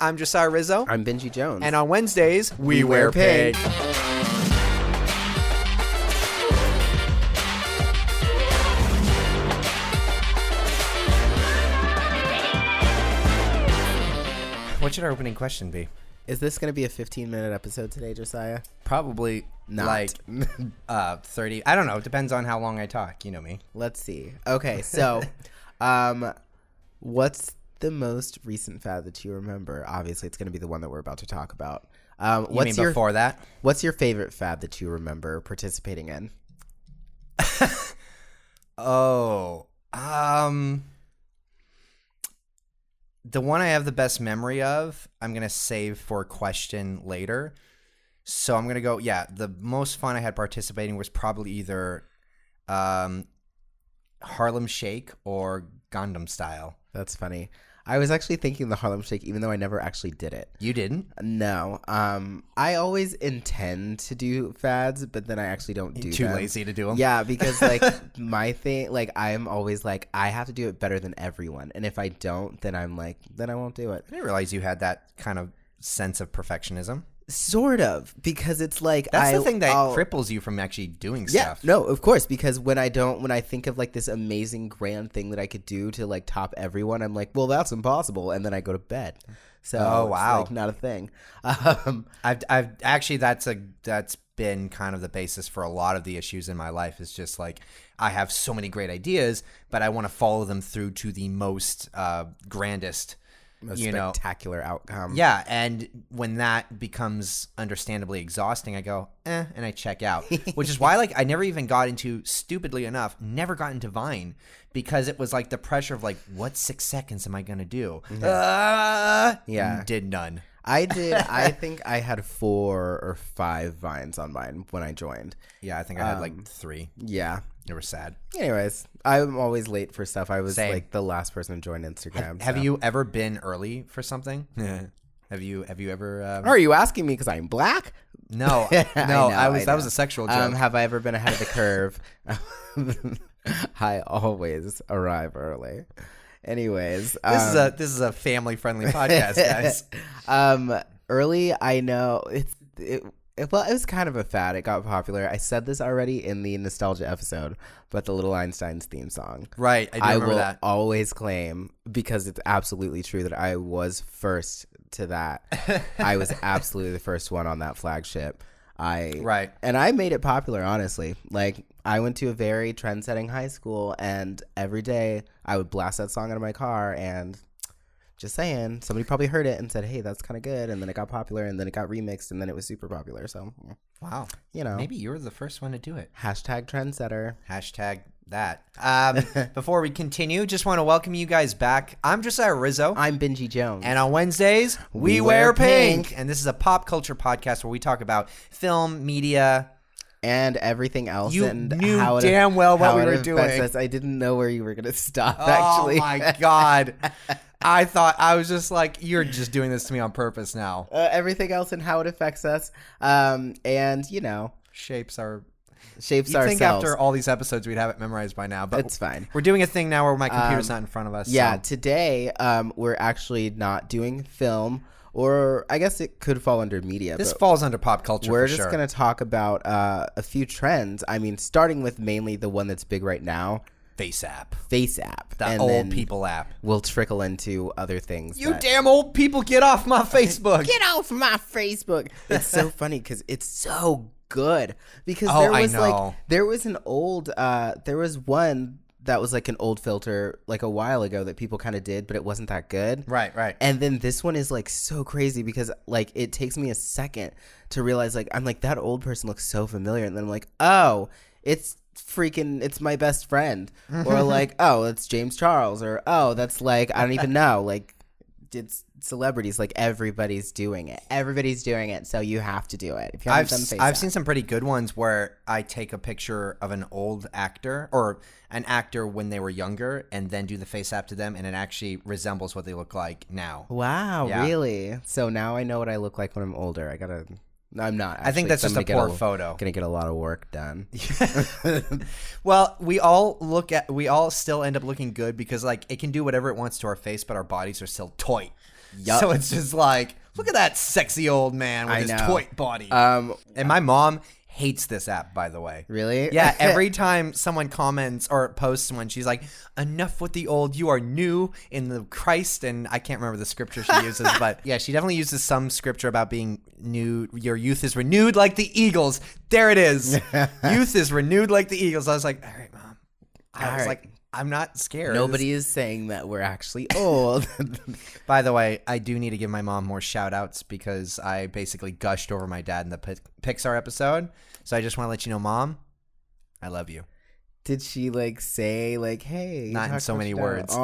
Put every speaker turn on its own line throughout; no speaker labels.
I'm Josiah Rizzo.
I'm Benji Jones.
And on Wednesdays, we, What should our opening question be?
Is this going to be a 15 minute episode today, Josiah?
Probably
Not.
like uh, 30. I don't know. It depends on how long I talk. You know me.
Let's see. Okay, so, um, what's the most recent fad that you remember? Obviously, it's going to be the one that we're about to talk about. Um,
You
what's
mean
your
before that?
What's your favorite fad that you remember participating in?
Oh, um, the one I have the best memory of, I'm gonna save for a question later. So I'm gonna go. Yeah, the most fun I had participating was probably either, um, Harlem Shake or Gundam Style.
That's funny. I was actually thinking the Harlem Shake, even though I never actually did it.
You didn't
No, um, I always intend to do fads, but then I actually don't do.
too
them.
lazy to do them.
Yeah, because like my thing, like I'm always like I have to do it better than everyone, and if I don't, then I'm like, then I won't do it.
I didn't realize you had that kind of sense of perfectionism.
Sort of, because it's like
That's
I,
the thing that
I'll-
cripples you from actually doing
Yeah,
stuff.
no, of course, because when I don't, when I think of like this amazing grand thing that I could do to like top everyone, I'm like, well, that's impossible, and then I go to bed. So
Oh,
it's,
wow.
like not a thing. Um,
I've, I've actually that's a that's been kind of the basis for a lot of the issues in my life is just like I have so many great ideas, but I want to follow them through to the most uh, grandest,
a
you know.
spectacular outcome.
Yeah, and when that becomes understandably exhausting, I go eh, and I check out, which is why like I never even got into stupidly enough, never got into Vine because it was like the pressure of like what six seconds am I gonna do? Uh,
Yeah.
did none.
I did. I think I had four or five vines on mine when I joined.
Yeah, I think I had like three.
Yeah.
It was sad.
Anyways, I'm always late for stuff. I was
Same.
like the last person to join Instagram.
Have
so-
you ever been early for something? have you Have you ever? Um,
Are you asking me because I'm black?
no, no. I,
know,
was.
I
that was
know.
a sexual joke.
Um, have I ever been ahead of the curve? I always arrive early. Anyways,
this is a This is a family friendly podcast, guys.
um, early. I know it's it, it. Well, it was kind of a fad. It got popular. I said this already in the nostalgia episode, but the Little Einsteins theme song.
right. I do
I,
remember
will
that.
always claim because it's absolutely true that I was first to that. I was absolutely the first one on that flagship. I
Right.
and I made it popular. Honestly, like I went to a very trend-setting high school, and every day I would blast that song out of my car. And just saying, somebody probably heard it and said, "Hey, that's kind of good." And then it got popular, and then it got remixed, and then it was super popular. So
Wow.
you know,
Maybe you were the first one to do it.
hashtag trendsetter.
Hashtag that. Um, before we continue, just want to welcome you guys back. I'm Josiah Rizzo.
I'm Benji Jones.
And on Wednesdays,
We
we, wear,
wear
pink.
pink.
And this is a pop culture podcast where we talk about film, media.
and everything else.
You
and
knew
how it-
damn well what
how
we
it
were
affects
doing.
us. I didn't know where you were going to stop. Actually,
Actually. Oh my god. I thought I was just like, you're just doing this to me on purpose now.
uh, everything else and how it affects us. Um, and you know,
Shapes are
shapes
you
ourselves.
think after all these episodes we'd have it memorized by now, but
it's fine.
we're doing a thing now where my computer's not in front of us.
Yeah,
so-
today um, we're actually not doing film, or I guess it could fall under media.
This
but
falls under pop culture.
we're
for
just
sure.
going to talk about uh, a few trends. I mean, starting with mainly the one that's big right now,
face app.
Face app.
The
and
old
then
people app.
will trickle into other things.
You
that-
damn old people, get off my Facebook.
get off my Facebook. It's so funny because it's so good. Because
Oh,
there
I
was
know.
like there was an old uh there was one that was like an old filter like a while ago that people kind of did, but it wasn't that good.
right, right.
And then this one is like so crazy because like it takes me a second to realize like I'm like that old person looks so familiar and then I'm like, "Oh, it's freaking it's my best friend." or like, "Oh, it's James Charles." Or, "Oh, that's like I don't even know." Like it's celebrities like everybody's doing it. Everybody's doing it, so you have to do it. If you haven't
I've,
done
s-
face
I've
app.
seen some pretty good ones where I take a picture of an old actor or an actor when they were younger and then do the face app to them and it actually resembles what they look like now.
Wow,
Yeah.
really? So now I know what I look like when I'm older. I gotta. No, I'm not. Actually,
I think that's
'cause
just
I'm
a
gonna
poor
get
photo.
Gonna get a lot of work done.
Well, we all look at we all still end up looking good because like it can do whatever it wants to our face but our bodies are still toy.
Yup.
So it's just like, look at that sexy old man with
I
his
know.
toit body.
Um,
Uh, and my mom hates this app, by the way.
really?
Yeah, every time someone comments or posts one, she's like, "Enough with the old. You are new in the Christ." And I can't remember the scripture she uses, but yeah, she definitely uses some scripture about being new. Your youth is renewed like the eagles. There it is. youth is renewed like the eagles. I was like, "All right, mom." I
All
was
right.
like, "I'm not scared."
Nobody is saying that we're actually old.
By the way, I do need to give my mom more shout outs because I basically gushed over my dad in the Pi- Pixar episode. So I just want to let you know, mom, I love you.
Did she like say like, "Hey"? you
Not in
talked
so
much
many
about-
words. Oh.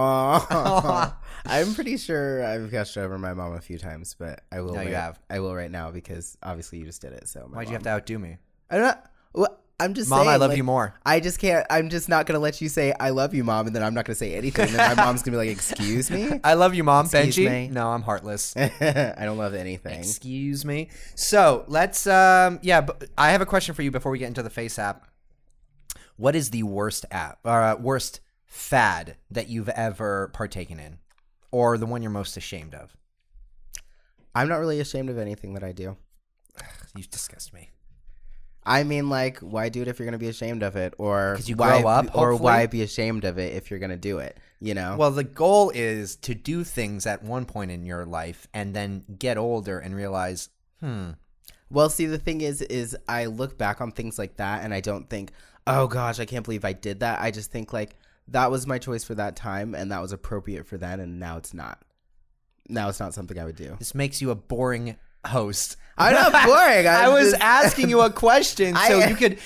Aw. I'm pretty sure I've gushed over my mom a few times, but I will.
No, you
right-
have.
I will right now because obviously you just did it. So my
Why'd
mom.
you have to outdo me?
I'm not. Well, I'm just
Mom, I
saying,
love
like,
you more.
I just can't. I'm just not gonna let you say "I love you, mom," and then I'm not gonna say anything. And then my mom's gonna be like, "Excuse me."
I love you, Mom.
Excuse
Benji?
me.
No, I'm heartless.
I don't love anything.
Excuse me. So let's, um, yeah, but I have a question for you before we get into the face app. What is the worst app or uh, worst fad that you've ever partaken in, or the one you're most ashamed of?
I'm not really ashamed of anything that I do.
You disgust me.
I mean, like, why do it if you're gonna be ashamed of it, or
'Cause you
why
grow up,
be- or why
hopefully.
be ashamed of it if you're gonna do it? You know.
Well, the goal is to do things at one point in your life and then get older and realize, hmm,
Well, see, the thing is, is I look back on things like that and I don't think, oh gosh, I can't believe I did that. I just think like that was my choice for that time and that was appropriate for then, and now it's not. Now it's not something I would do.
this makes you a boring host.
I'm not boring.
I
I'm
was
just-
asking you a question so
I-
you could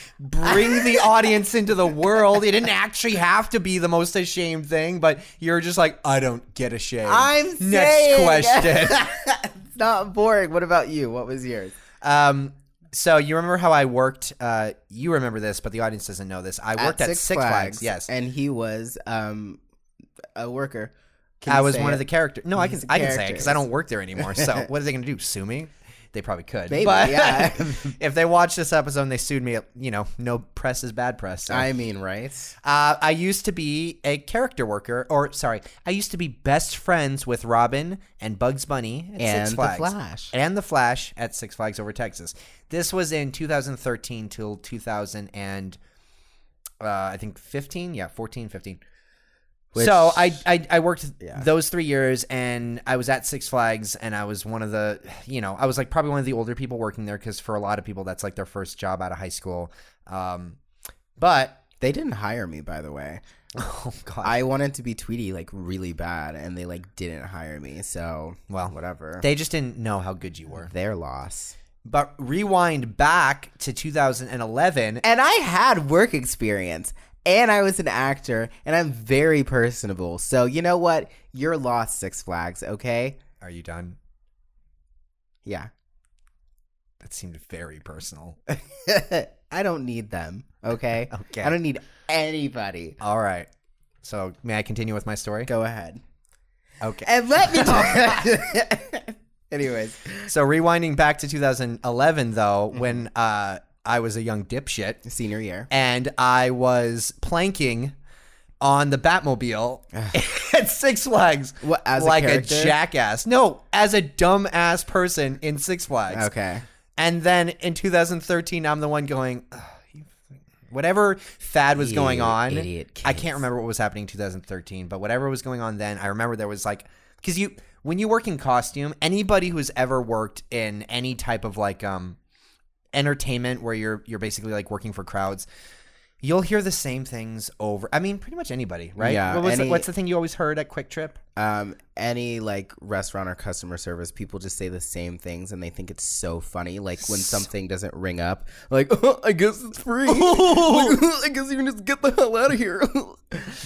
bring the audience into the world. It didn't actually have to be the most ashamed thing, but you're just like, I don't get ashamed.
I'm
next
saying-
question.
it's not boring. What about you? What was yours?
um, so you remember how I worked? Uh, you remember this, but the audience doesn't know this. I worked at Six, Flags. Yes,
And he was um a worker. Can
I
you
was
say
one
it?
of the characters. No, I can
He's a
I can say it because I
characters.
don't work there anymore. So what are they going to do? Sue me? They probably could.
Maybe,
but
yeah.
if they watch this episode and they sued me, you know, no press is bad press. so.
I mean, right?
Uh, I used to be a character worker, or sorry, I used to be best friends with Robin and Bugs Bunny at
And
Six
The
Flags.
Flash.
And The Flash at Six Flags over Texas. This was in 2013 till 2000 and uh, I think 15, yeah, 14, 15.
Which-
so I, I I worked
Yeah.
those three years, and I was at Six Flags, and I was one of the, you know, I was like probably one of the older people working there because for a lot of people that's like their first job out of high school. Um, but
They didn't hire me, by the way.
oh god,
I wanted to be Tweety like really bad, and they like didn't hire me. So
Well,
whatever.
They just didn't know how good you were.
Their loss.
But rewind back to 2011.
And I had work experience, and I was an actor, and I'm very personable. So you know what? You're lost, Six Flags. Okay.
Are you done?
Yeah.
That seemed very personal.
I don't need them. Okay.
Okay.
I don't need anybody.
All right. So may I continue with my story?
Go ahead.
Okay.
And let me. Anyways,
So rewinding back to 2011, though,
Mm-hmm.
when uh, I was a young dipshit
senior year.
and I was planking on the Batmobile at Six Flags.
What, as a
like a,
character?
jackass? No, as a dumbass person in Six Flags.
Okay.
And then in 2013, I'm the one going, "Ugh, you f- whatever fad was going
You
on.
idiot
I can't remember what was happening in 2013, but whatever was going on then, I remember there was like, because you, when you work in costume, anybody who's ever worked in any type of like, um, entertainment where you're you're basically like working for crowds you'll hear the same things over i mean pretty much anybody right
Yeah,
what was the-
any-
what's the thing you always heard at quick trip
um, any like restaurant or customer service, people just say the same things and they think it's so funny. Like when something doesn't ring up, like "Oh, I guess it's free. Like, I guess you can just get the hell out of here.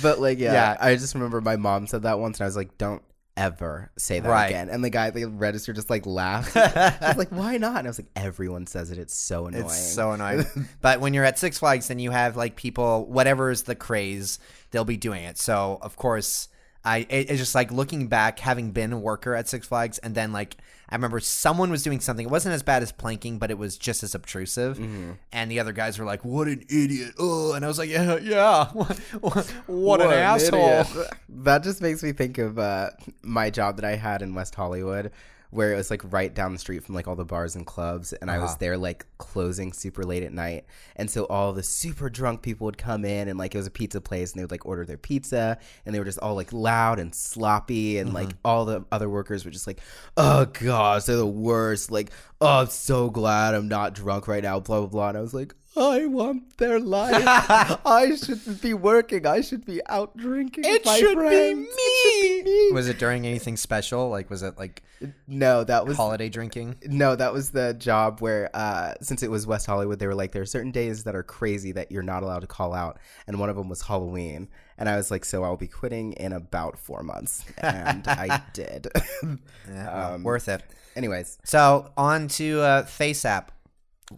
but like, yeah,
Yeah.
I just remember my mom said that once, and I was like, don't ever say that
Right.
again. And the guy at the register just like laughed. I was like, why not? And I was like, everyone says it. It's so annoying.
It's so annoying. but when you're at Six Flags, then you have like people, whatever's the craze, they'll be doing it. So of course, I it, it's just like looking back, having been a worker at Six Flags, and then like I remember someone was doing something. It wasn't as bad as planking, but it was just as obtrusive.
Mm-hmm.
And the other guys were like, "What an idiot!" Oh, and I was like, "Yeah, yeah, what, what, an, asshole."
idiot. That just makes me think of uh, my job that I had in West Hollywood, where it was like right down the street from like all the bars and clubs, and I
Uh-huh.
was there like closing super late at night, and so all the super drunk people would come in, and like it was a pizza place, and they would like order their pizza, and they were just all like loud and sloppy, and like
Mm-hmm.
all the other workers were just like, "Oh gosh, they're the worst!" Like, "Oh, I'm so glad I'm not drunk right now." Blah blah blah, and I was like. I want their life. I shouldn't be working. I should be out drinking. with my friends.
be me. Was it during anything special? Like, was it like
No, that was
holiday drinking?
no, that was the job where uh, since it was West Hollywood, they were like, there are certain days that are crazy that you're not allowed to call out, and one of them was Halloween. And I was like, so I'll be quitting in about four months, and I did.
Yeah, well,
Um,
worth it.
Anyways,
So on to uh, FaceApp.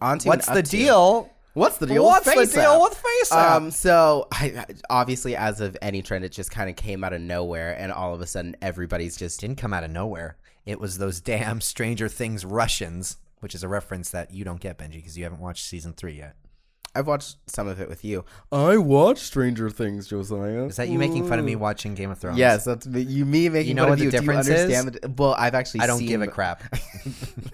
on to
What's
an
the
update.
deal?
What's the deal? with
What's the deal
FaceApp?
with FaceApp?
Um, so I, obviously, as of any trend, it just kind of came out of nowhere, and all of a sudden, everybody's just
didn't come out of nowhere. It was those damn Stranger Things Russians, which is a reference that you don't get, Benji, because you haven't watched season three yet.
I've watched some of it with you. I watched Stranger Things, Josiah.
Is that you making fun of me watching Game of Thrones?
Yes, that's me- you. Me making
You know
fun
what
of
the
you.
difference
Do
is?
you understand? The, well, I've actually.
I don't
seen,
give a crap.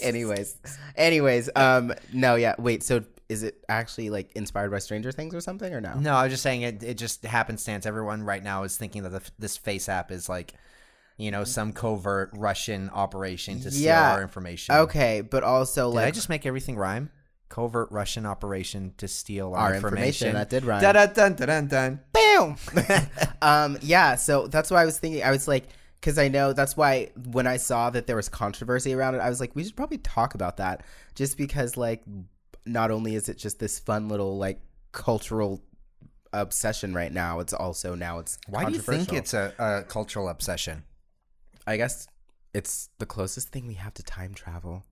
anyways, anyways, um, no, yeah. Wait, so is it actually like inspired by Stranger Things or something or no?
no, I was just saying it. It just happenstance. Everyone right now is thinking that the, this face app is like, you know, some covert Russian operation to steal
Yeah.
our information.
Okay, but also
Did
like
I just make everything rhyme? Covert Russian operation to steal our,
our information. That did rhyme.
Dun dun dun dun dun.
Boom. um, yeah, so that's why I was thinking. I was like, because I know that's why when I saw that there was controversy around it, I was like, we should probably talk about that. Just because, like, not only is it just this fun little, like, cultural obsession right now, it's also now it's.
Why do you think
controversial.
it's a, a cultural obsession?
I guess it's the closest thing we have to time travel.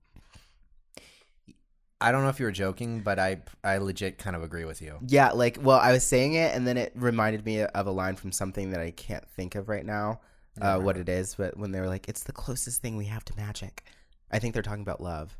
I don't know if you were joking, but I I legit kind of agree with you.
Yeah, like, well, I was saying it, and then it reminded me of a line from something that I can't think of right now, uh, what it is. But when they were like, "It's the closest thing we have to magic," I think they're talking about love.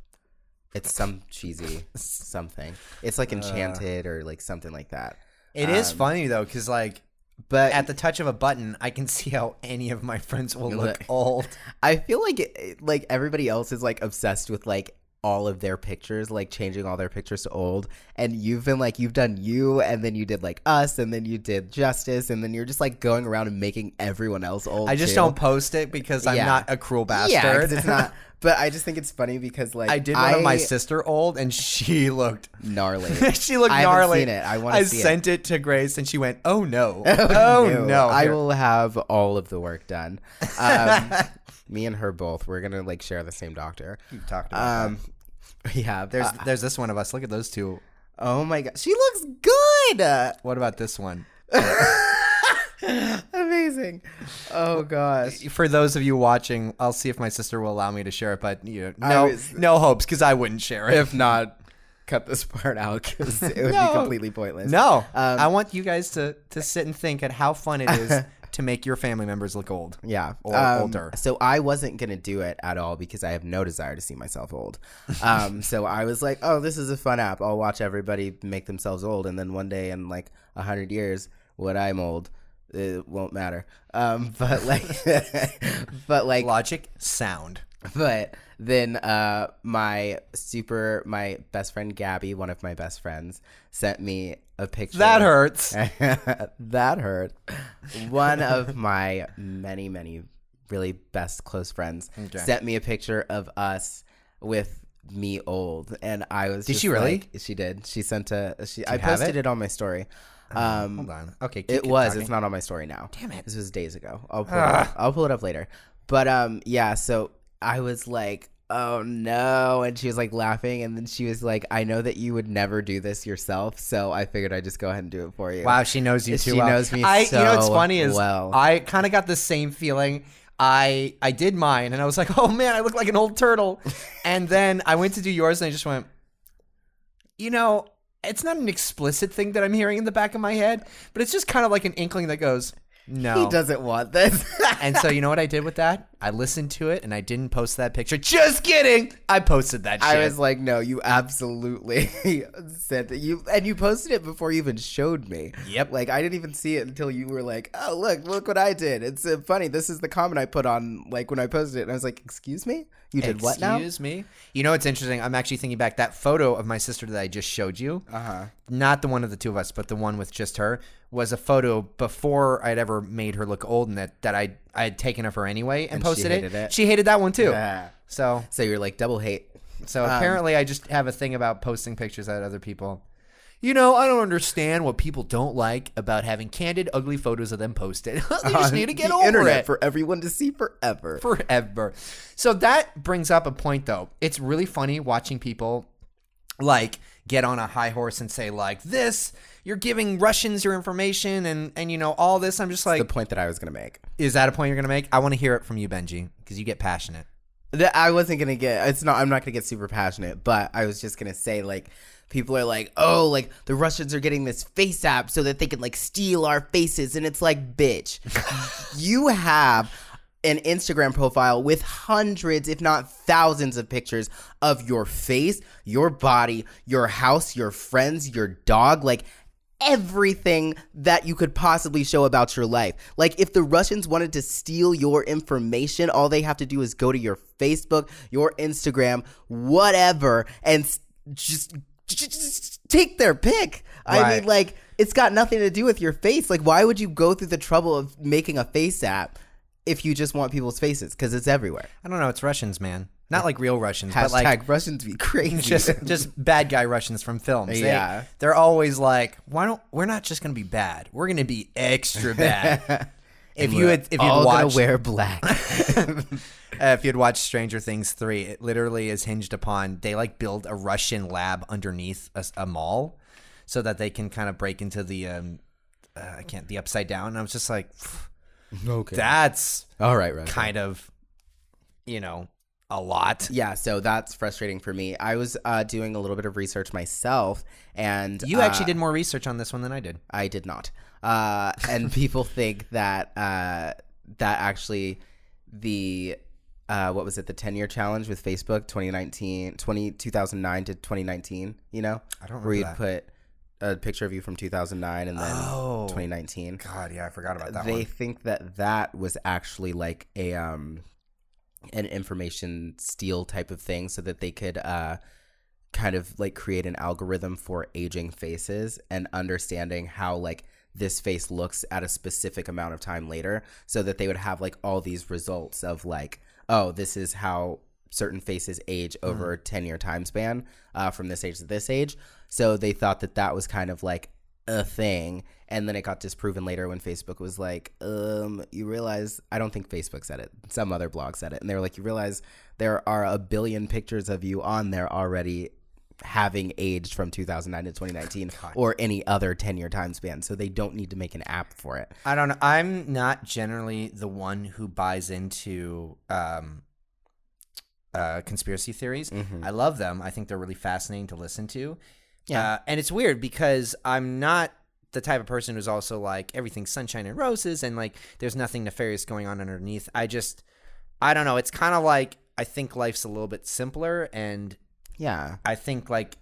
It's some cheesy something. It's
Uh.
like enchanted or like something like that.
It is funny though, because like
But
Um, at the touch of a button, I can see how any of my friends will look
Look.
old.
I feel like it, like everybody else is like obsessed with like all of their pictures, like changing all their pictures to old. And you've been like you've done you, and then you did like us, and then you did justice, and then you're just like going around and making everyone else old.
I just
too.
don't post it because I'm
Yeah.
not a cruel bastard.
Yeah, 'cause it's not. But I just think it's funny because like
I did one of my sister old, and she looked
gnarly.
she looked
I haven't
gnarly.
seen it. I wanna see it.
sent it. to Grace, and she went, "Oh no, oh, no,
I
Here.
will have all of the work done. Um, me and her both. We're gonna like share the same doctor.
We've talked about
Um, yeah.
There's
There's.
there's this one of us. Look at those two.
Oh my god, she looks good.
What about this one?
Amazing. Oh gosh.
for those of you watching, I'll see if my sister will allow me to share it, but you know,
I
no,
was-
no hopes because I wouldn't share it.
If not, cut this part out because it would
No.
be completely pointless.
No,
Um,
I want you guys to to sit and think at how fun it is to make your family members look old.
Yeah. um,
Or older.
So I wasn't gonna do it at all because I have no desire to see myself old. Um, so I was like, oh, this is a fun app. I'll watch everybody make themselves old, and then one day in like a hundred years, when I'm old, it won't matter. Um, but like, but like,
Logic, sound.
but then uh my super my best friend Gabby, one of my best friends, sent me a picture
That hurts.
that hurt. One of my many, many really best close friends
Okay.
sent me a picture of us with me old, and I was. Did
she really?
she did. She sent a. She. I
have
posted
it? Oh,
it? on my story. Um,
Hold on. Okay, keep-
it
keep
was.
talking.
It's not on my story now.
Damn it.
This was days ago. I'll pull it up. I'll pull it up later. But um, yeah. So I was like, "Oh no!" And she was like laughing, and then she was like, "I know that you would never do this yourself, so I figured I'd just go ahead and do it for you."
Wow, she knows you
She
too well.
knows me
I, you know what's
so
funny is
well.
I kind of got the same feeling. I I did mine and I was like, oh man, I look like an old turtle. and then I went to do yours and I just went, you know, it's not an explicit thing that I'm hearing in the back of my head, but it's just kind of like an inkling that goes, No.
He doesn't want this.
And so you know what I did with that? I listened to it and I didn't post that picture. Just kidding. I posted that shit.
I was like, no, you absolutely said that you, and you posted it before you even showed me.
Yep.
Like I didn't even see it until you were like, oh look, look what I did. It's uh, funny. This is the comment I put on like when I posted it, and I was like, excuse me, you did what now?
Excuse me. You know what's interesting? I'm actually thinking back that photo of my sister that I just showed you.
Uh huh.
not the one of the two of us, but the one with just her, was a photo before I'd ever made her look old and that, that I I had taken of her anyway and,
And she
posted it.
hated it.
She hated that one too.
Yeah. Um,
So
So you're like double hate.
so apparently I just have a thing about posting pictures at other people. You know, I don't understand what people don't like about having candid, ugly photos of them posted. they
on
just need to get
the
over
internet
it
for everyone to see forever.
forever. So that brings up a point though. It's really funny watching people like get on a high horse and say like this you're giving Russians your information and and you know all this I'm just like
the point that I was gonna make.
is that a point you're going to make? I want to hear it from you Benji cuz you get passionate.
that I wasn't gonna get. It's not. I'm not gonna get super passionate, but I was just gonna say like. People are like, oh, like the Russians are getting this face app so that they can like steal our faces. And it's like, bitch, you have an Instagram profile with hundreds, if not thousands, of pictures of your face, your body, your house, your friends, your dog. Like, everything that you could possibly show about your life. Like if the Russians wanted to steal your information, all they have to do is go to your Facebook, your Instagram, whatever and s- just, just, just take their pick. I
Right.
mean like it's got nothing to do with your face. Like why would you go through the trouble of making a face app if you just want people's faces cuz it's everywhere.
I don't know, it's Russians, man. Not like real Russians,
Hashtag
but like
Russians be crazy.
just just bad guy Russians from films. They,
Yeah.
They're always like, why don't we're not just going to be bad. We're going to be extra bad. if you had if
all
you'd
gonna
watched
wear black.
Uh, if you'd watched Stranger Things 3, it literally is hinged upon they like build a Russian lab underneath a, s- a mall so that they can kind of break into the um uh, I can't the upside down. And I was just like "Pff,
okay.
that's
all right, Russia.
kind of you know a lot.
Yeah, so that's frustrating for me. I was uh, doing a little bit of research myself, and
You
uh,
actually did more research on this one than I did.
I did not. Uh, and people think that uh, that actually the uh, what was it the 10 year challenge with Facebook 2019 20, 2009 to 2019, you know?
I don't
where you'd
remember
put a picture of you from 2009 and then
Oh.
2019.
God, yeah, I forgot about
they think that that was actually like a um an information steal type of thing so that they could uh kind of like create an algorithm for aging faces and understanding how like this face looks at a specific amount of time later so that they would have like all these results of like oh this is how certain faces age over a 10 year time span uh, from this age to this age so they thought that that was kind of like a thing and then it got disproven later when facebook was like um you realize i don't think facebook said it some other blog said it and they were like you realize there are a billion pictures of you on there already having aged from 2009 to 2019 or any other 10 year time span so they don't need to make an app for it
I don't know. I'm not generally the one who buys into um, uh, conspiracy theories.
Uh,
I love them. I think they're really fascinating to listen to.
Yeah.
Uh, and it's weird because I'm not the type of person who's also like everything's sunshine and roses and like there's nothing nefarious going on underneath. I just, I don't know. It's kind of like I think life's a little bit simpler and
yeah
I think like,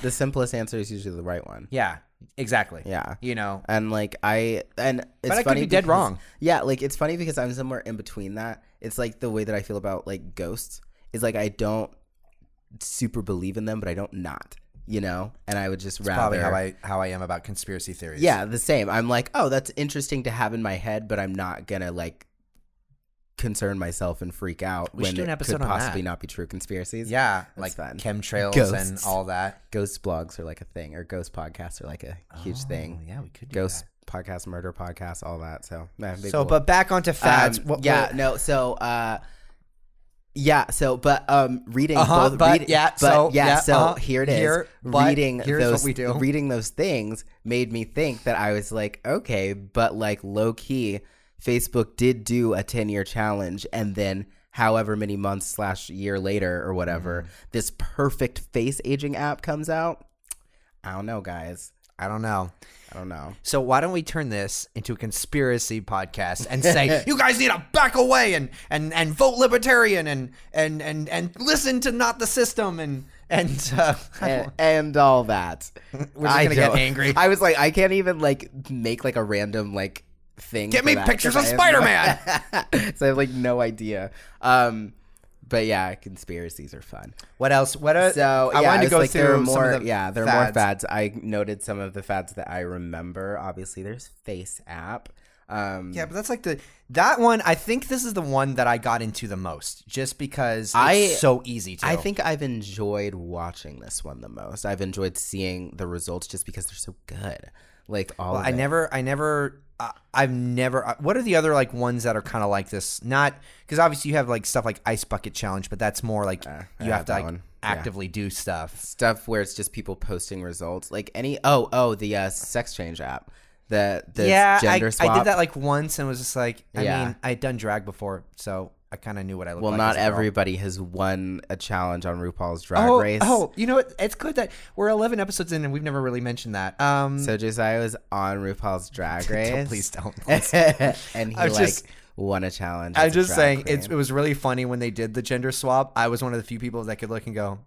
the simplest answer is usually the right one
yeah, exactly.
yeah
You know,
and like I and it's
I could
funny
be dead
because-
wrong.
Yeah, like it's funny because I'm somewhere in between that. It's like the way that I feel about like ghosts is like I don't super believe in them, but I don't not, you know. And I would just rather
probably how I how I am about conspiracy theories.
yeah, the same. I'm like, oh, that's interesting to have in my head, but I'm not gonna like concern myself and freak out
We
when
should do an
it
episode
could
on that.
possibly not be true conspiracies.
Yeah, like
That's fun.
chemtrails and
Ghosts.
all that.
ghost blogs are like a thing, or ghost podcasts are like a huge
Oh,
thing.
Yeah, we could do
Ghost podcasts, murder podcasts, all that. So yeah,
That.
big
So,
whoop.
but back onto fads.
Um,
What-
yeah,
what-
no. So, uh, yeah, so but um, reading
Uh-huh,
both,
but,
reading-
yeah,
but
so,
yeah,
yeah,
so
uh-huh,
here it is.
here, but
reading
here's what
those,
we do.
reading those things made me think that I was like, okay, but like low key, Facebook did do a ten year challenge, and then however many months slash year later or
Mm-hmm.
whatever, this perfect face aging app comes out. I don't know, guys.
I don't know.
I don't know.
So why don't we turn this into a conspiracy podcast and say you guys need to back away and and and vote libertarian and and and and listen to not the system and and uh, I don't-
and, and all that.
We're just
I
gonna get
don't-
angry.
I was like, I can't even like make like a random like thing.
Get
for
me
that,
pictures
'cause
of
I have no- so I have like no idea. Um, but yeah, conspiracies are fun.
what else? What are,
So yeah,
Uh, I wanted to
was
go
like,
through
there are
some
more.
of the
yeah, there are more
fads.
fads. I noted some of the fads that I remember. Obviously, there's Face App. Um,
Yeah, but that's like the that one. I think this is the one that I got into the most, just because it's
I-
so easy to.
I think I've enjoyed watching this one the most. I've enjoyed seeing the results just because they're so good. Like all
Well,
of
I
it.
never, I never, I, I've never. I- What are the other like ones that are kind of like this? Not because obviously you have like stuff like ice bucket challenge, but that's more like
Uh, I
you
have
have to
that
like
one. Yeah.
actively do stuff.
stuff where it's just people posting results. Like any oh oh the uh, sex change app, the the
yeah,
gender
I,
swap.
I did that like once and was just like, I
Yeah.
mean, I'd done drag before, so I kind of knew what I looked
well,
like.
not
as a girl.
everybody has won a challenge on RuPaul's Drag
Oh,
Race.
oh, you know what? It's good that we're 11 episodes in and we've never really mentioned that. Um,
So Josiah was on RuPaul's Drag
don't-
Race.
please don't.
and he
I'm
like
just-
won a challenge.
I'm
as a
just
drag
saying,
queen.
it's, it was really funny when they did the gender swap. I was one of the few people that could look and go,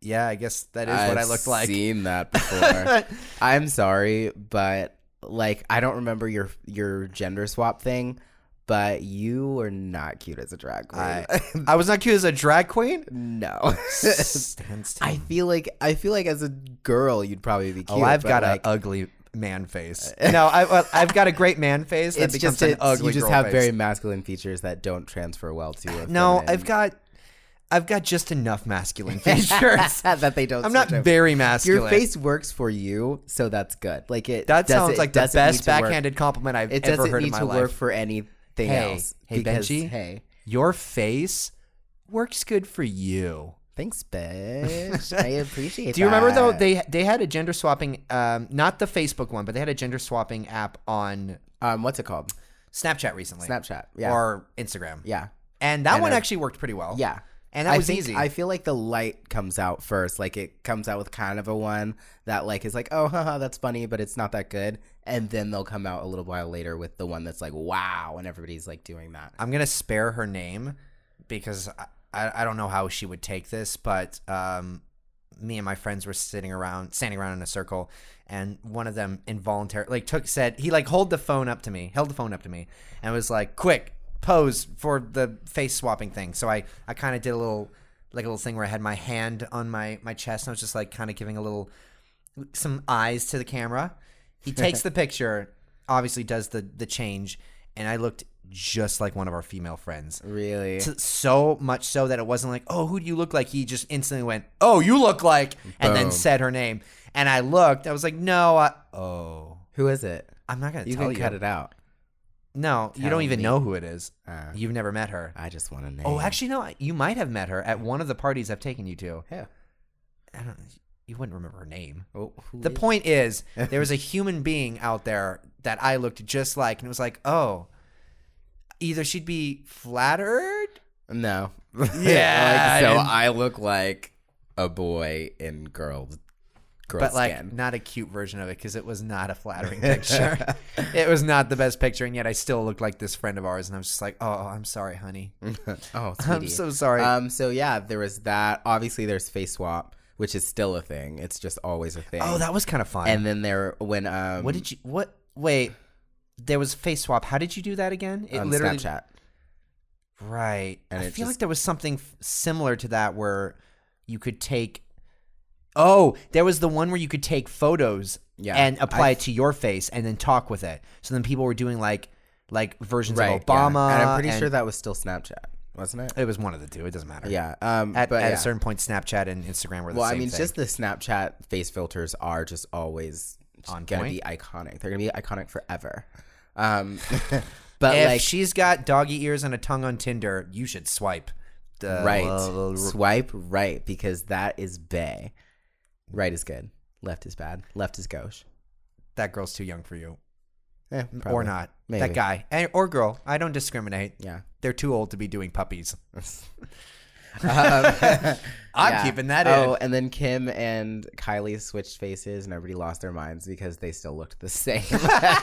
"Yeah, I guess that is what I
I've
looked like."
Seen that before. I'm sorry, but like I don't remember your your gender swap thing, but you were not cute as a drag queen.
I, I was not cute as a drag queen.
no.
Stand still.
I feel like I feel like as a girl you'd probably be cute.
oh, I've
but,
got
like,
a ugly man face. no, I, well, I've got a great man face that
it's
becomes
just
an
it's-
ugly.
you just
girl
have
face.
very masculine features that don't transfer well to a
No,
feminine-
I've got, I've got just enough masculine features.
that they don't.
I'm not
switch over.
very masculine.
Your face works for you, so that's good. Like it.
That
doesn't-
sounds like the
doesn't
best
need to work-
backhanded compliment I've
It
ever
doesn't
heard
need
in my
to
life.
work for anything
Hey,
else.
hey,
because-
Benji?
Hey,
Your face works good for you.
thanks, bitch. I appreciate.
Do you remember though
that.
they they had a gender swapping um not the Facebook one, but they had a gender swapping app on
um, what's it called?
Snapchat recently.
Snapchat. Yeah.
Or Instagram.
yeah.
And that
And
one
a-
actually worked pretty well.
Yeah.
And that
I
was
think-
easy.
I feel like the light comes out first. Like it comes out with kind of a one that like is like, oh, haha, that's funny, but it's not that good. And then they'll come out a little while later with the one that's like, wow, and everybody's like doing that.
I'm gonna spare her name because I, I, I don't know how she would take this, but um, me and my friends were sitting around, standing around in a circle, and one of them involuntarily like took said he like hold the phone up to me, held the phone up to me, and was like, "Quick, pose for the face swapping thing." So I I kind of did a little like a little thing where I had my hand on my my chest and I was just like kind of giving a little some eyes to the camera. He takes the picture, obviously does the the change, and I looked just like one of our female friends.
Really?
S- So much so that it wasn't like, oh, who do you look like? He just instantly went, oh, you look like, and then
Boom.
said her name. And I looked, I was like, no, I, oh,
Who is it?
I'm not gonna
You
tell
can
you.
cut it out.
No, you don't
Tell
even
me.
know who it is.
Uh,
You've never met her.
I just want to name.
Oh, actually, no, you might have met her at one of the parties I've taken you to.
yeah.
I don't, you wouldn't remember her name.
Oh, who
The
is-
point is, there was a human being out there that I looked just like, and it was like, oh, either she'd be flattered.
No.
Yeah,
Like, so
and-
I look like a boy in girl, girl
But like
skin.
not a cute version of it because it was not a flattering picture. it was not the best picture, and yet I still looked like this friend of ours, and I was just like, "Oh, I'm sorry, honey.
oh, sweetie.
I'm so sorry."
Um. So yeah, there was that. Obviously, there's face swap, which is still a thing. It's just always a thing.
oh, that was kind of fun.
And then there when um
what did you? What? Wait, there was face swap. How did you do that again? It
on
literally
Snapchat.
Right.
And
I
it
feel like
just-
there was something f- similar to that where you could take. Oh, there was the one where you could take photos
Yeah,
and apply
I-
it to your face and then talk with it. So then people were doing like like versions
Right.
of Obama.
yeah. And I'm pretty sure
and-
that was still Snapchat, wasn't it?
it was one of the two. It doesn't matter.
Yeah. Um.
At,
but
at
yeah.
a certain point, Snapchat and Instagram were the
well, I
same
mean,
thing.
just the Snapchat face filters are just always
On
gonna
point.
be iconic. They're gonna be iconic forever. Um. but
if
like
she's got doggy ears and a tongue on Tinder, you should swipe. The
right, swipe right because that is bay. Right is good. Left is bad. Left is gauche.
that girl's too young for you,
Eh,
or
probably.
not. That
Maybe.
guy and, or girl. I don't discriminate.
Yeah.
They're too old to be doing puppies.
Um,
I'm
Yeah.
keeping that
Oh,
in.
and then Kim and Kylie switched faces, and everybody lost their minds because they still looked the same.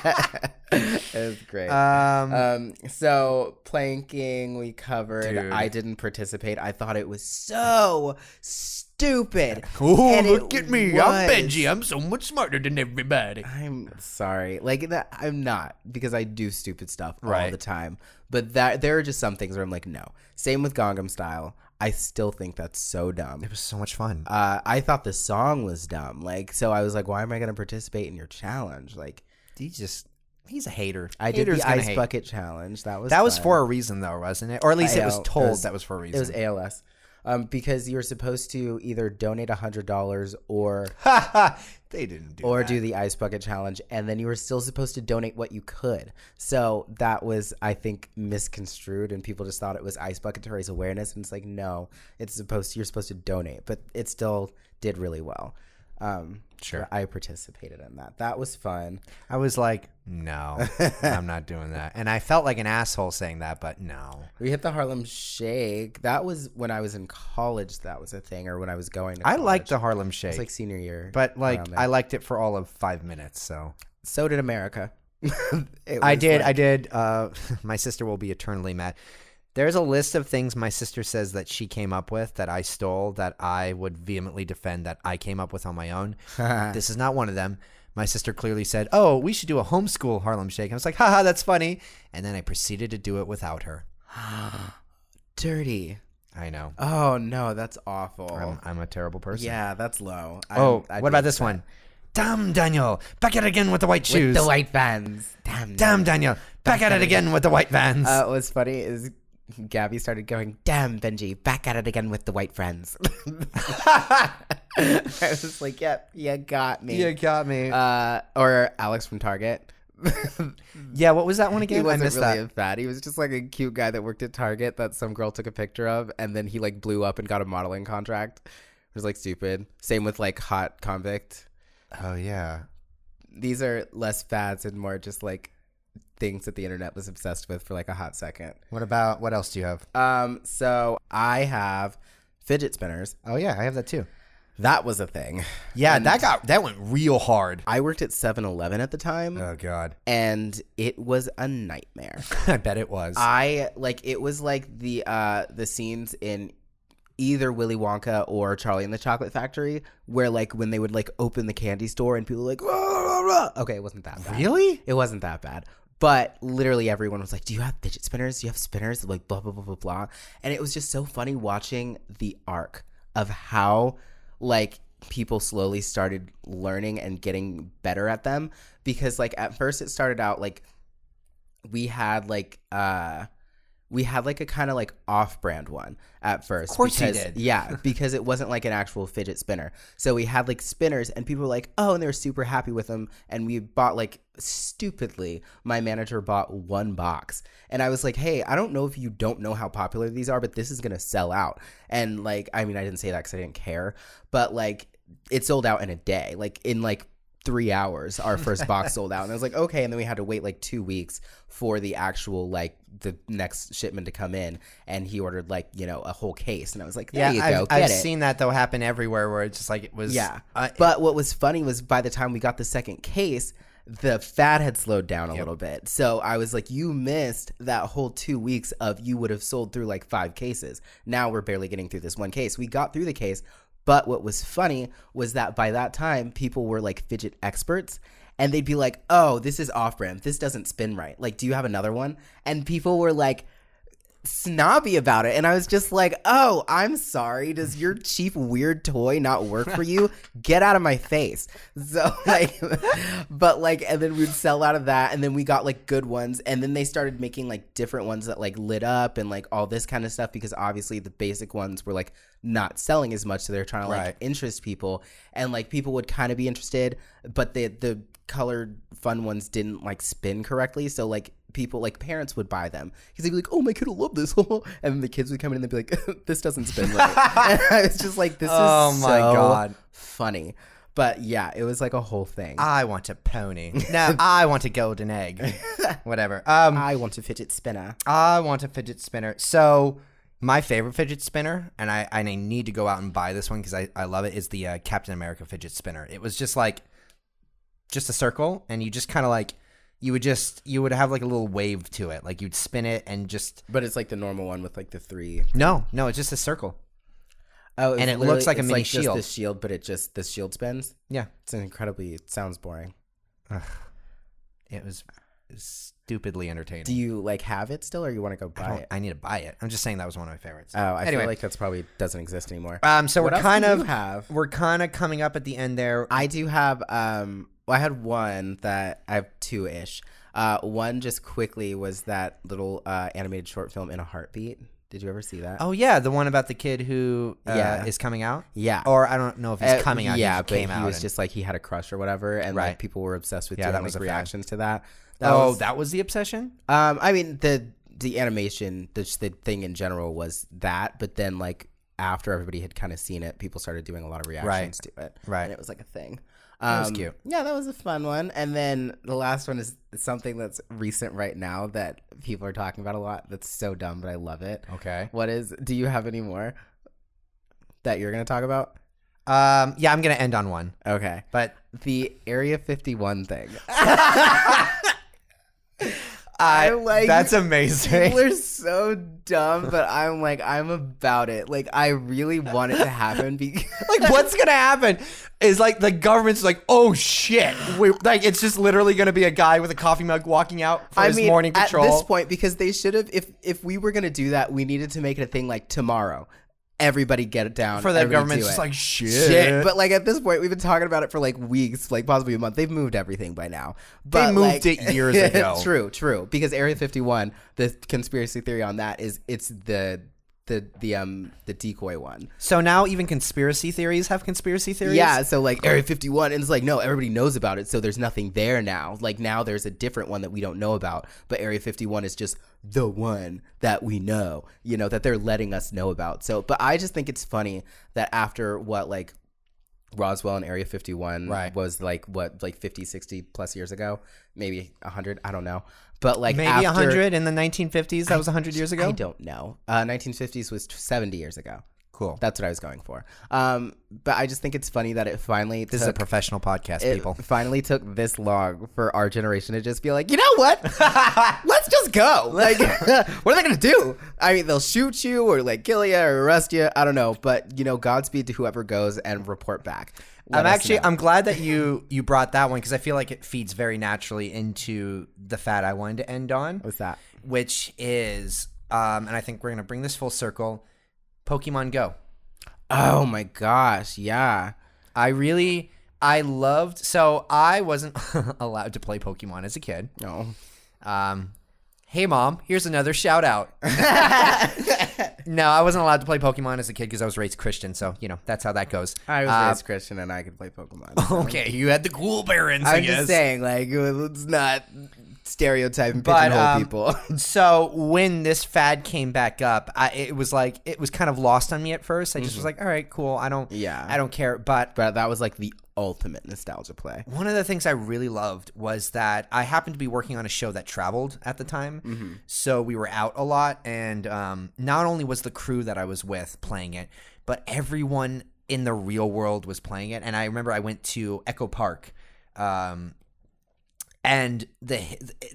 it was great.
Um,
um, so planking we covered.
Dude.
I didn't participate. I thought it was so stupid.
Ooh,
and it
look at me. I'm
was.
Benji. I'm so much smarter than everybody.
I'm sorry. Like that, I'm not because I do stupid stuff all
Right.
the time. But that there are just some things where I'm like, no. Same with Gangnam Style. I still think that's so dumb.
It was so much fun.
Uh, I thought the song was dumb. Like, so I was like, why am I going to participate in your challenge? Like,
He just, he's a hater.
I did
Haters
the
gonna
ice
hate.
bucket challenge. That was
That was
fun.
for a reason, though, wasn't it? Or at least
I
it was
know. It
told
was-
that was for a reason.
it was ALS. Um, because you're supposed to either donate hundred dollars or
they didn't do
or
that.
do the ice bucket challenge and then you were still supposed to donate what you could so that was i think misconstrued and people just thought it was ice bucket to raise awareness and it's like no it's supposed to, you're supposed to donate but it still did really well um
Sure.
i participated in that that was fun
I was like, no, I'm not doing that. And I felt like an asshole saying that, but no.
we hit the harlem shake that was when i was in college that was a thing or when i was going to
I
college.
liked the Harlem
it's
Shake,
like senior year
but like
around there.
I liked it for all of five minutes. So
so did america It
I
was
did.
like-
I did. Uh, my sister will be eternally mad. There's a list of things my sister says that she came up with that I stole that I would vehemently defend that I came up with on my own. this is not one of them. My sister clearly said, "Oh, we should do a homeschool Harlem Shake." I was like, "Haha, that's funny," and then I proceeded to do it without her.
dirty
I know.
oh no that's awful
I'm, I'm a terrible person.
Yeah, that's low. I-
Oh,
I'd
what
be
about this
upset.
one? Damn, Daniel, back at it again with the white shoes.
With the white vans. Damn.
Damn, Daniel, back at it again with the white vans.
Uh, what's funny is Gabby started going, "Damn, Benji, back at it again with the white friends." I was like, "Yep, you got me."
got me.
Uh, or Alex from Target.
yeah, what was that one
He
again? I
wasn't
missed
really
that.
a fat. He was just like a cute guy that worked at Target that some girl took a picture of, and then he like blew up and got a modeling contract. It was like stupid. Same with like hot convict.
Oh yeah.
these are less fads and more just like things that the internet was obsessed with for like a hot second.
What about what else do you have?
Um, so I have fidget spinners.
Oh yeah, I have that too.
That was a thing.
Yeah, that got that went real hard.
I worked at 7-Eleven at the time
Oh god,
and it was a nightmare.
I bet it was.
I like it was like the uh the scenes in either Willy Wonka or Charlie and the Chocolate Factory where like when they would like open the candy store and people were like "Rah, rah, rah." okay, it wasn't that bad.
really?
It wasn't that bad. But literally everyone was like, Do you have fidget spinners? Do you have spinners? Like blah blah blah blah blah. And it was just so funny watching the arc of how like people slowly started learning and getting better at them. Because like at first it started out like we had like uh we had like a kind of like off-brand one at first. Of
course you
because,
did.
Yeah, because it wasn't like an actual fidget spinner. So we had like spinners, and people were like, "Oh," and they were super happy with them. And we bought like stupidly. My manager bought one box, and I was like, "Hey, I don't know if you don't know how popular these are, but this is gonna sell out." And like, I mean, I didn't say that because I didn't care, but like, it sold out in a day. Like in like three hours our first box sold out and i was like okay and then we had to wait like two weeks for the actual like the next shipment to come in and he ordered like you know a whole case and i was like there
Yeah,
you
I've,
go
I've
get it
seen that though happen everywhere where it's just like it was.
yeah
uh,
but what was funny was by the time we got the second case the fad had slowed down a little bit so i was like you missed that whole two weeks of you would have sold through like five cases now we're barely getting through this one case we got through the case but what was funny was that by that time people were like fidget experts and they'd be like oh this is off brand this doesn't spin right like do you have another one and people were like snobby about it and i was just like oh i'm sorry does your cheap weird toy not work for you get out of my face so like but like and then we'd sell out of that and then we got like good ones and then they started making like different ones that like lit up and like all this kind of stuff because obviously the basic ones were like not selling as much so they're trying to like
Right.
interest people and like people would kind of be interested but the the colored fun ones didn't like spin correctly so like people like parents would buy them because they'd be like oh my kid will love this and then the kids would come in and they'd be like this doesn't spin right and i was just like this
Oh
is
my
so
God.
funny but yeah it was like a whole thing
I want a pony. No, I want a golden egg. Whatever. Um,
i want a fidget spinner
I want a fidget spinner. So My favorite fidget spinner, and I and I need to go out and buy this one because I, I love it, is the uh, Captain America fidget spinner. It was just like just a circle, and you just kind of like you would just you would have like a little wave to it, like you'd spin it and just
But it's like the normal one with like the three.
no no, it's just a circle.
Oh,
And it looks
literally-
like a
it's
mini
just
shield.
the shield, but it just the shield spins.
Yeah,
It's an incredibly. It sounds boring.
it was stupidly entertaining.
Do you like have it still, or you want to go
I,
buy
don't-
it?
I need to buy it. I'm just saying that was one of my favorites.
Oh, I
Anyway.
feel like that's probably doesn't exist anymore.
um, so
What
we're
else
kind
do
of
you have.
we're kind of coming up at the end there.
I do have um well, I had one that I have two ish. Uh one just quickly was that little uh animated short film in a heartbeat. Did you ever see that?
oh yeah, the one about the kid who uh,
Yeah.
is coming out.
yeah.
or I don't know if he's
Uh,
Oh, coming out.
Yeah,
he
but
just came
he
out.
was
and-
just like he had a crush or whatever, and
Right.
like people were obsessed with
Yeah,
doing
that was a
like
fad.
reactions to that. That
oh,
was,
that was the obsession.
um, I mean the the animation, the the thing in general was that, but then like after everybody had kind of seen it, people started doing a lot of reactions to it.
Right.
and it was like a thing. Um,
That was cute.
Yeah, that was a fun one. And then the last one is something that's recent right now that people are talking about a lot. That's so dumb, but I love it.
Okay.
What is? Do you have any more that you're gonna talk about?
Um. Yeah, I'm gonna end on one,
Okay.
but
The Area 51 thing.
I
I'm like-
that's amazing.
People are so dumb, but I'm like, I'm about it. Like, I really want it to happen because.
like, what's gonna happen is like the government's like, oh shit, we, like it's just literally gonna be a guy with a coffee mug walking out for
I
his
mean,
morning
at
patrol.
this point, because they should have. If if we were gonna do that, we needed to make it a thing like tomorrow. Everybody get it down
for the
everybody
government's
do
just
it.
like shit.
shit. But like at this point, we've been talking about it for like weeks, like possibly a month. They've moved everything by now. But, like-
moved it years ago.
true, true. Because Area 51, the conspiracy theory on that is it's the the the um the decoy one.
so now even conspiracy theories have conspiracy theories.
Yeah, so like Area 51, and it's like, no, everybody knows about it, so there's nothing there now. Like now there's a different one that we don't know about, but Area 51 is just the one that we know, you know, that they're letting us know about. So, but I just think it's funny that after what, like, Roswell and Area 51
Right.
was like what, like 50, 60 plus years ago, maybe 100, I don't know. But like
Maybe
after,
a hundred in the 1950s. That was was hundred years ago.
I don't know. Uh, 1950s was 70 years ago.
Cool.
That's what I was going for. Um, but I just think it's funny that it finally
this is a professional podcast,
it
people.
finally took this long for our generation to just be like, you know what? Let's just go. Like, what are they gonna do? I mean, they'll shoot you or like kill you or arrest you. I don't know, but you know, Godspeed to whoever goes and report back. Let
I'm
us
actually
know.
I'm glad that you you brought that one because I feel like it feeds very naturally into the fad I wanted to end on,
What's that?
which is um, and I think we're gonna bring this full circle. Pokemon Go.
Oh my gosh, yeah.
I really I loved. So I wasn't allowed to play Pokemon as a kid.
No.
Um, hey mom, here's another shout out. no, I wasn't allowed to play Pokemon as a kid because I was raised Christian. So you know that's how that goes.
I was
Uh,
raised Christian and I could play Pokemon.
okay. You had the cool parents. I
I'm
guess.
just saying, like, let's not stereotype and
But,
pigeonhole
um,
people.
so when this fad came back up, I, it was like it was kind of lost on me at first. I just was like, all right, cool. I don't,
Yeah.
I don't care. But
but that was like the ultimate nostalgia play.
one of the things I really loved was that I happened to be working on a show that traveled at the time,
Mm-hmm.
so we were out a lot, and um, not only was the crew that I was with playing it, but everyone in the real world was playing it. And I remember I went to Echo Park. Um, and the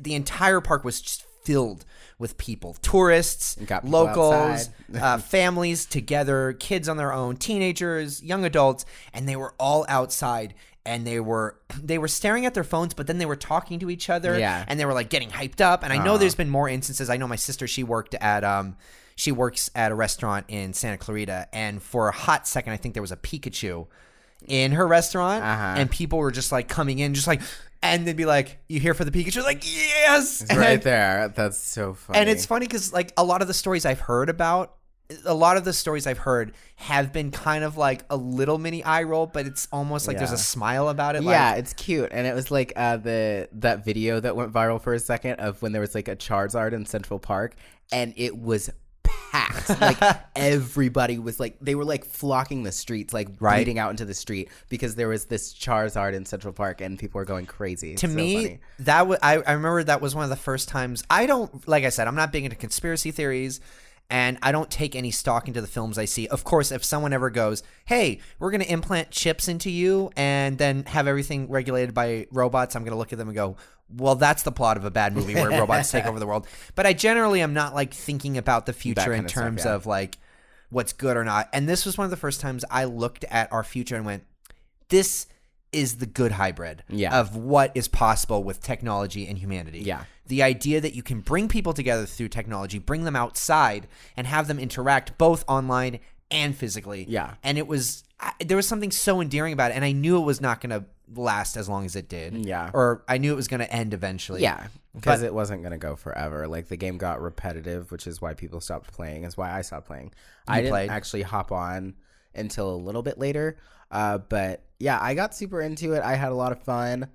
the entire park was just filled with people tourists
got people
locals
outside.
uh, families together kids on their own teenagers young adults and they were all outside and they were they were staring at their phones but then they were talking to each other
Yeah. Uh-huh.
and they were like getting hyped up and i know there's been more instances i know my sister she worked at um she works at a restaurant in santa clarita and for a hot second i think there was a pikachu in her restaurant
Uh-huh.
and people were just like coming in just like and they'd be like you here for the pikachu like yes
It's right
and,
there. That's so funny.
and it's funny because like a lot of the stories i've heard about a lot of the stories i've heard have been kind of like a little mini eye roll but it's almost like there's
Yeah.
a smile about it
yeah,
like
it's cute, and it was like uh, the that video that went viral for a second of when there was like a Charizard in Central Park, and it was packed. like everybody was like they were like flocking the streets, like
Right.
bleeding out into the street because there was this Charizard in Central Park, and people were going crazy. It's
to
so
me
funny.
that was I, I remember that was one of the first times i don't like i said i'm not big into conspiracy theories and I don't take any stock into the films I see. Of course, if someone ever goes, "Hey, we're going to implant chips into you and then have everything regulated by robots," I'm going to look at them and go, "Well, that's the plot of a bad movie where robots take over the world." But I generally am not like thinking about the future in
kinda stuff,
terms
yeah.
of like what's good or not. And this was one of the first times I looked at our future and went, "This is the good hybrid
Yeah.
of what is possible with technology and humanity."
Yeah.
the idea that you can bring people together through technology, bring them outside, and have them interact both online and physically.
Yeah.
And it was, I, there was something so endearing about it. And I knew it was not going to last as long as it did.
Yeah.
Or I knew it was going to end eventually.
Yeah, because it wasn't going to go forever. Like the game got repetitive, which is why people stopped playing. Is why I stopped playing. I didn't
played?
actually hop on until a little bit later. Uh, but yeah, I got super into it. I had a lot of fun.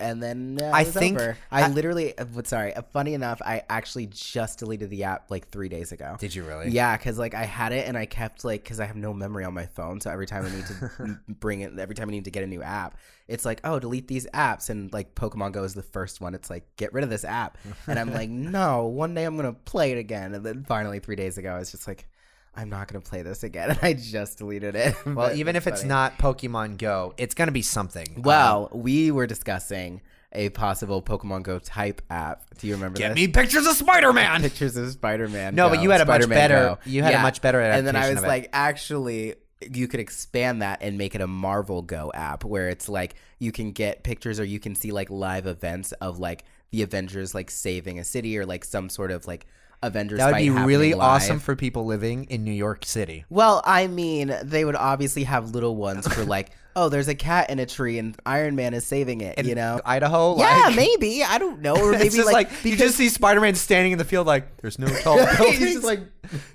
And then uh, it
I
was
think-
over. I,
I-
literally. uh, But sorry, uh, funny enough, I actually just deleted the app like three days ago.
Did you really?
Yeah, because like I had it and I kept like because I have no memory on my phone, so every time I need to m- bring it, every time I need to get a new app, it's like oh delete these apps and like Pokemon Go is the first one. It's like get rid of this app, and I'm like no, one day I'm gonna play it again, and then finally three days ago I was just like I'm not gonna play this again, and I just deleted it.
Well, even if it's
not.
not Pokemon Go, it's going to be something. Um,
Well, we were discussing a possible Pokemon Go type app. Do you remember?
get
this?
me pictures of Spider Man.
pictures of Spider-Man.
No, but
Go,
you had a much
Spider-Man
better-
Go.
you had a much better
And then I
adaptation
was
of it.
like, actually, you could expand that and make it a Marvel Go app where it's like you can get pictures or you can see like live events of like the Avengers like saving a city or like some sort of like Avengers.
That would
fight
be
happening
really
live.
awesome for people living in New York City.
Well, I mean, they would obviously have little ones for like, oh, there's a cat in a tree and Iron Man is saving it, you know?
Idaho.
Yeah,
like-
maybe. I don't know. Or maybe
it's just
like,
like, you just see Spider Man standing in the field like there's no tall
He's just,
buildings.
like,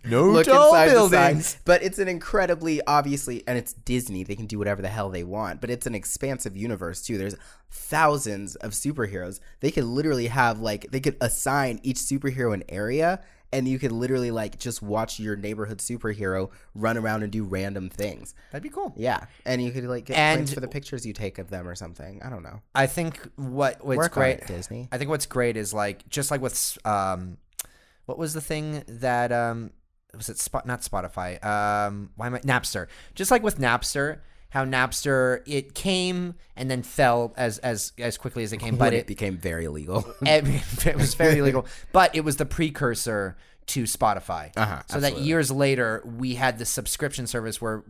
no
look
tall
inside the sign.
buildings.
But it's an incredibly obviously and it's Disney. They can do whatever the hell they want. But it's an expansive universe too. There's thousands of superheroes. They could literally have like they could assign each superhero an area and you could literally like just watch your neighborhood superhero run around and do random things.
That'd be cool.
Yeah. And you could like get
And-
points for the pictures you take of them or something. I don't know.
I think what what's
Work on
great.
it, Disney.
I think what's great is like just like with s- um, what was the thing that um was it spot not Spotify um why am I Napster just like with Napster how Napster it came and then fell as as as quickly as it came but
When
it
it became very illegal.
it, it was very illegal, but it was the precursor to Spotify.
Uh-huh,
so that years later, we had this subscription service where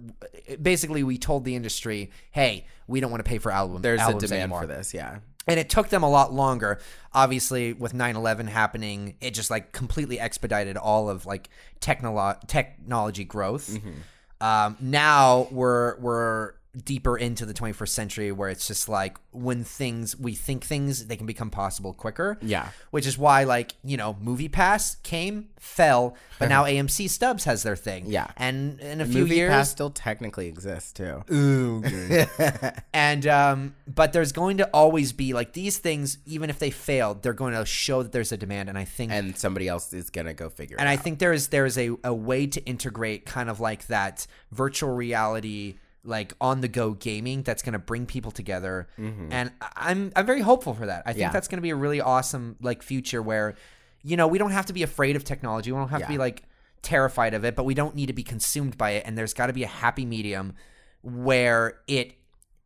basically we told the industry, "Hey, we don't want to pay for album,
There's a
albums
demand
anymore."
for this, yeah.
And it took them a lot longer. Obviously, with 9/11 happening, it just like completely expedited all of like technolo- technology growth.
Mm-hmm.
Um, now we're we're deeper into the 21st century where it's just like when things we think things they can become possible quicker
Yeah.
which is why like you know movie pass came fell but now amc stubs has their thing
Yeah.
and in a few
Movie
years
Pass still technically exists too.
and um but there's going to always be like these things even if they failed they're going to show that there's a demand and i think
and somebody else is gonna go figure
and
it
i think there is there is a, a way to integrate kind of like that virtual reality like on the go gaming that's going to bring people together and I- i'm i'm very hopeful for that i think
Mm-hmm. Yeah.
that's going to be a really awesome like future where you know we don't have to be afraid of technology we don't have to be
Yeah.
like terrified of it but we don't need to be consumed by it and there's got to be a happy medium where it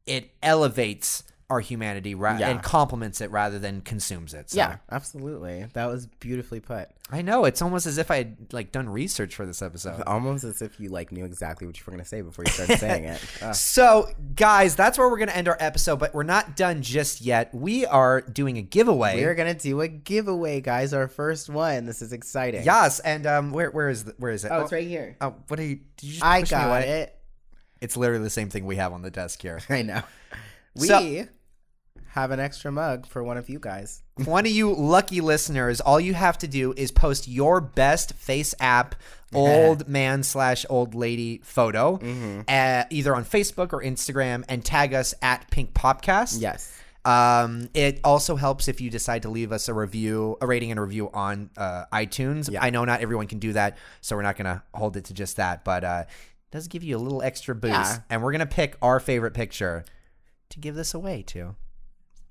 it elevates our humanity ra-
Yeah.
and complements it rather than consumes it so.
yeah absolutely that was beautifully put
I know. It's almost as if I had like done research for this episode.
almost as if you like knew exactly what you were gonna say before you started saying it Uh, Ugh.
So, guys, that's where we're going to end our episode, but we're not done just yet. We are doing a giveaway.
we're gonna do a giveaway guys our first one this is exciting
yes, and um, where where is the, where is it?
oh it's right here
Oh, what are you? Did you just
i
push me
got
away?
it
It's literally the same thing we have on the desk here.
i know we
So-
have an extra mug for one of you guys
One of you lucky listeners, all you have to do is post your best face app old man slash old lady photo,
Mm-hmm.
uh, either on Facebook or Instagram, and tag us at Pink Popcast.
yes
Um, it also helps if you decide to leave us a review, a rating and a review on uh, iTunes. I know not everyone can do that, so we're not going to hold it to just that, but uh, it does give you a little extra boost.
Yeah.
And we're going to pick our favorite picture to give this away to.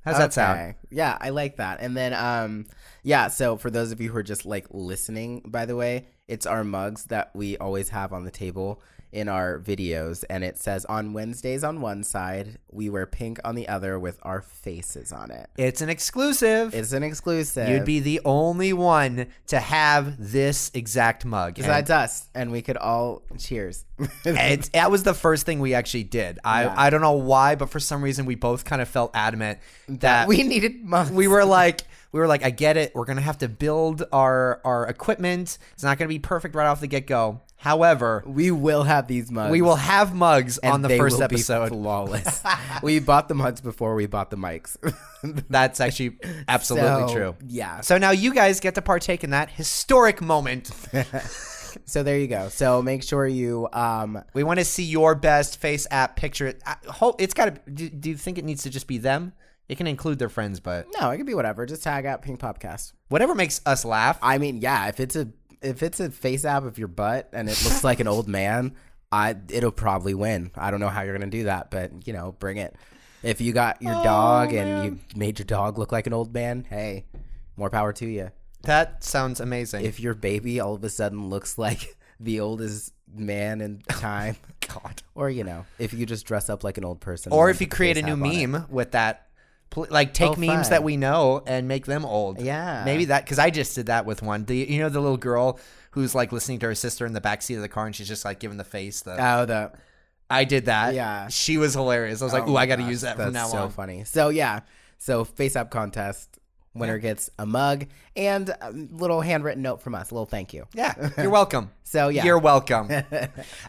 How's that sound?
Okay. Yeah, I like that. And then um yeah, so for those of you who are just like listening, by the way, It's our mugs that we always have on the table in our videos, and it says on Wednesdays on one side, we wear pink on the other with our faces on it.
It's an exclusive.
It's an exclusive.
You'd be the only one to have this exact mug.
besides us, and we could all cheers.
And it's, that was the first thing we actually did. I,
Yeah.
I don't know why, but for some reason we both kind of felt adamant that we,
we needed mugs.
we were like we were like I get it. We're gonna have to build our our equipment. It's not gonna be perfect right off the get go. However,
we will have these mugs.
we will have mugs
and
on the
they
first
will be
episode.
flawless. we bought the mugs before we bought the mics.
That's actually absolutely
So,
true.
Yeah.
So now you guys get to partake in that historic moment.
So there you go. So make sure you um
We want to see your best face app picture. I hope it's got to. Do, do you think it needs to just be them? It can include their friends, but
no, it could be whatever. Just tag out Pink Popcast.
whatever makes us laugh.
I mean, yeah, if it's a if it's a face app of your butt and it looks like an old man, I it'll probably win. I don't know how you're gonna do that, but you know, bring it. If you got
Oh,
your dog and you made your dog look like an old man, hey, more power to you.
That sounds amazing.
If your baby all of a sudden looks like the oldest man in time,
God.
or you know, if you just dress up like an old person,
Or
and
if you
put the
create a
face
new
app on it.
meme with that, pl- like take
Oh,
memes
fun.
that we know and make them old.
Yeah.
maybe that because I just did that with one. The you know the little girl who's like listening to her sister in the backseat of the car and she's just like giving the face. The
Oh, the
I did that.
yeah.
she was hilarious. I was like,
Oh
ooh,
my
I got to
gosh,
use that
that's
from now
so
on.
funny. So yeah, so face up contest winner gets a mug and a little handwritten note from us, a little thank you.
Yeah, you're welcome.
So yeah,
You're welcome.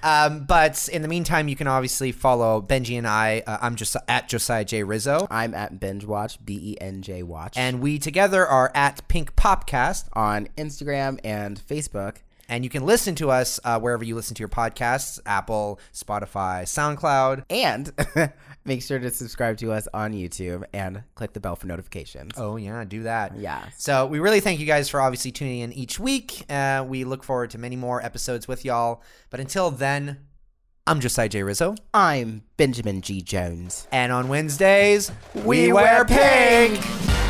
um, but in the meantime, you can obviously follow Benji and I. Uh, I'm just at Josiah J Rizzo,
I'm at binge watch b e n j watch
and we together are at Pink Popcast.
on Instagram and Facebook.
And you can listen to us uh, wherever you listen to your podcasts: Apple, Spotify, SoundCloud.
And make sure to subscribe to us on YouTube and click the bell for notifications.
Oh yeah, do that.
Yeah.
So we really thank you guys for obviously tuning in each week. Uh, we look forward to many more episodes with y'all. But until then, I'm Josiah J Rizzo,
I'm Benjamin G. Jones.
and on Wednesdays
We wear pink.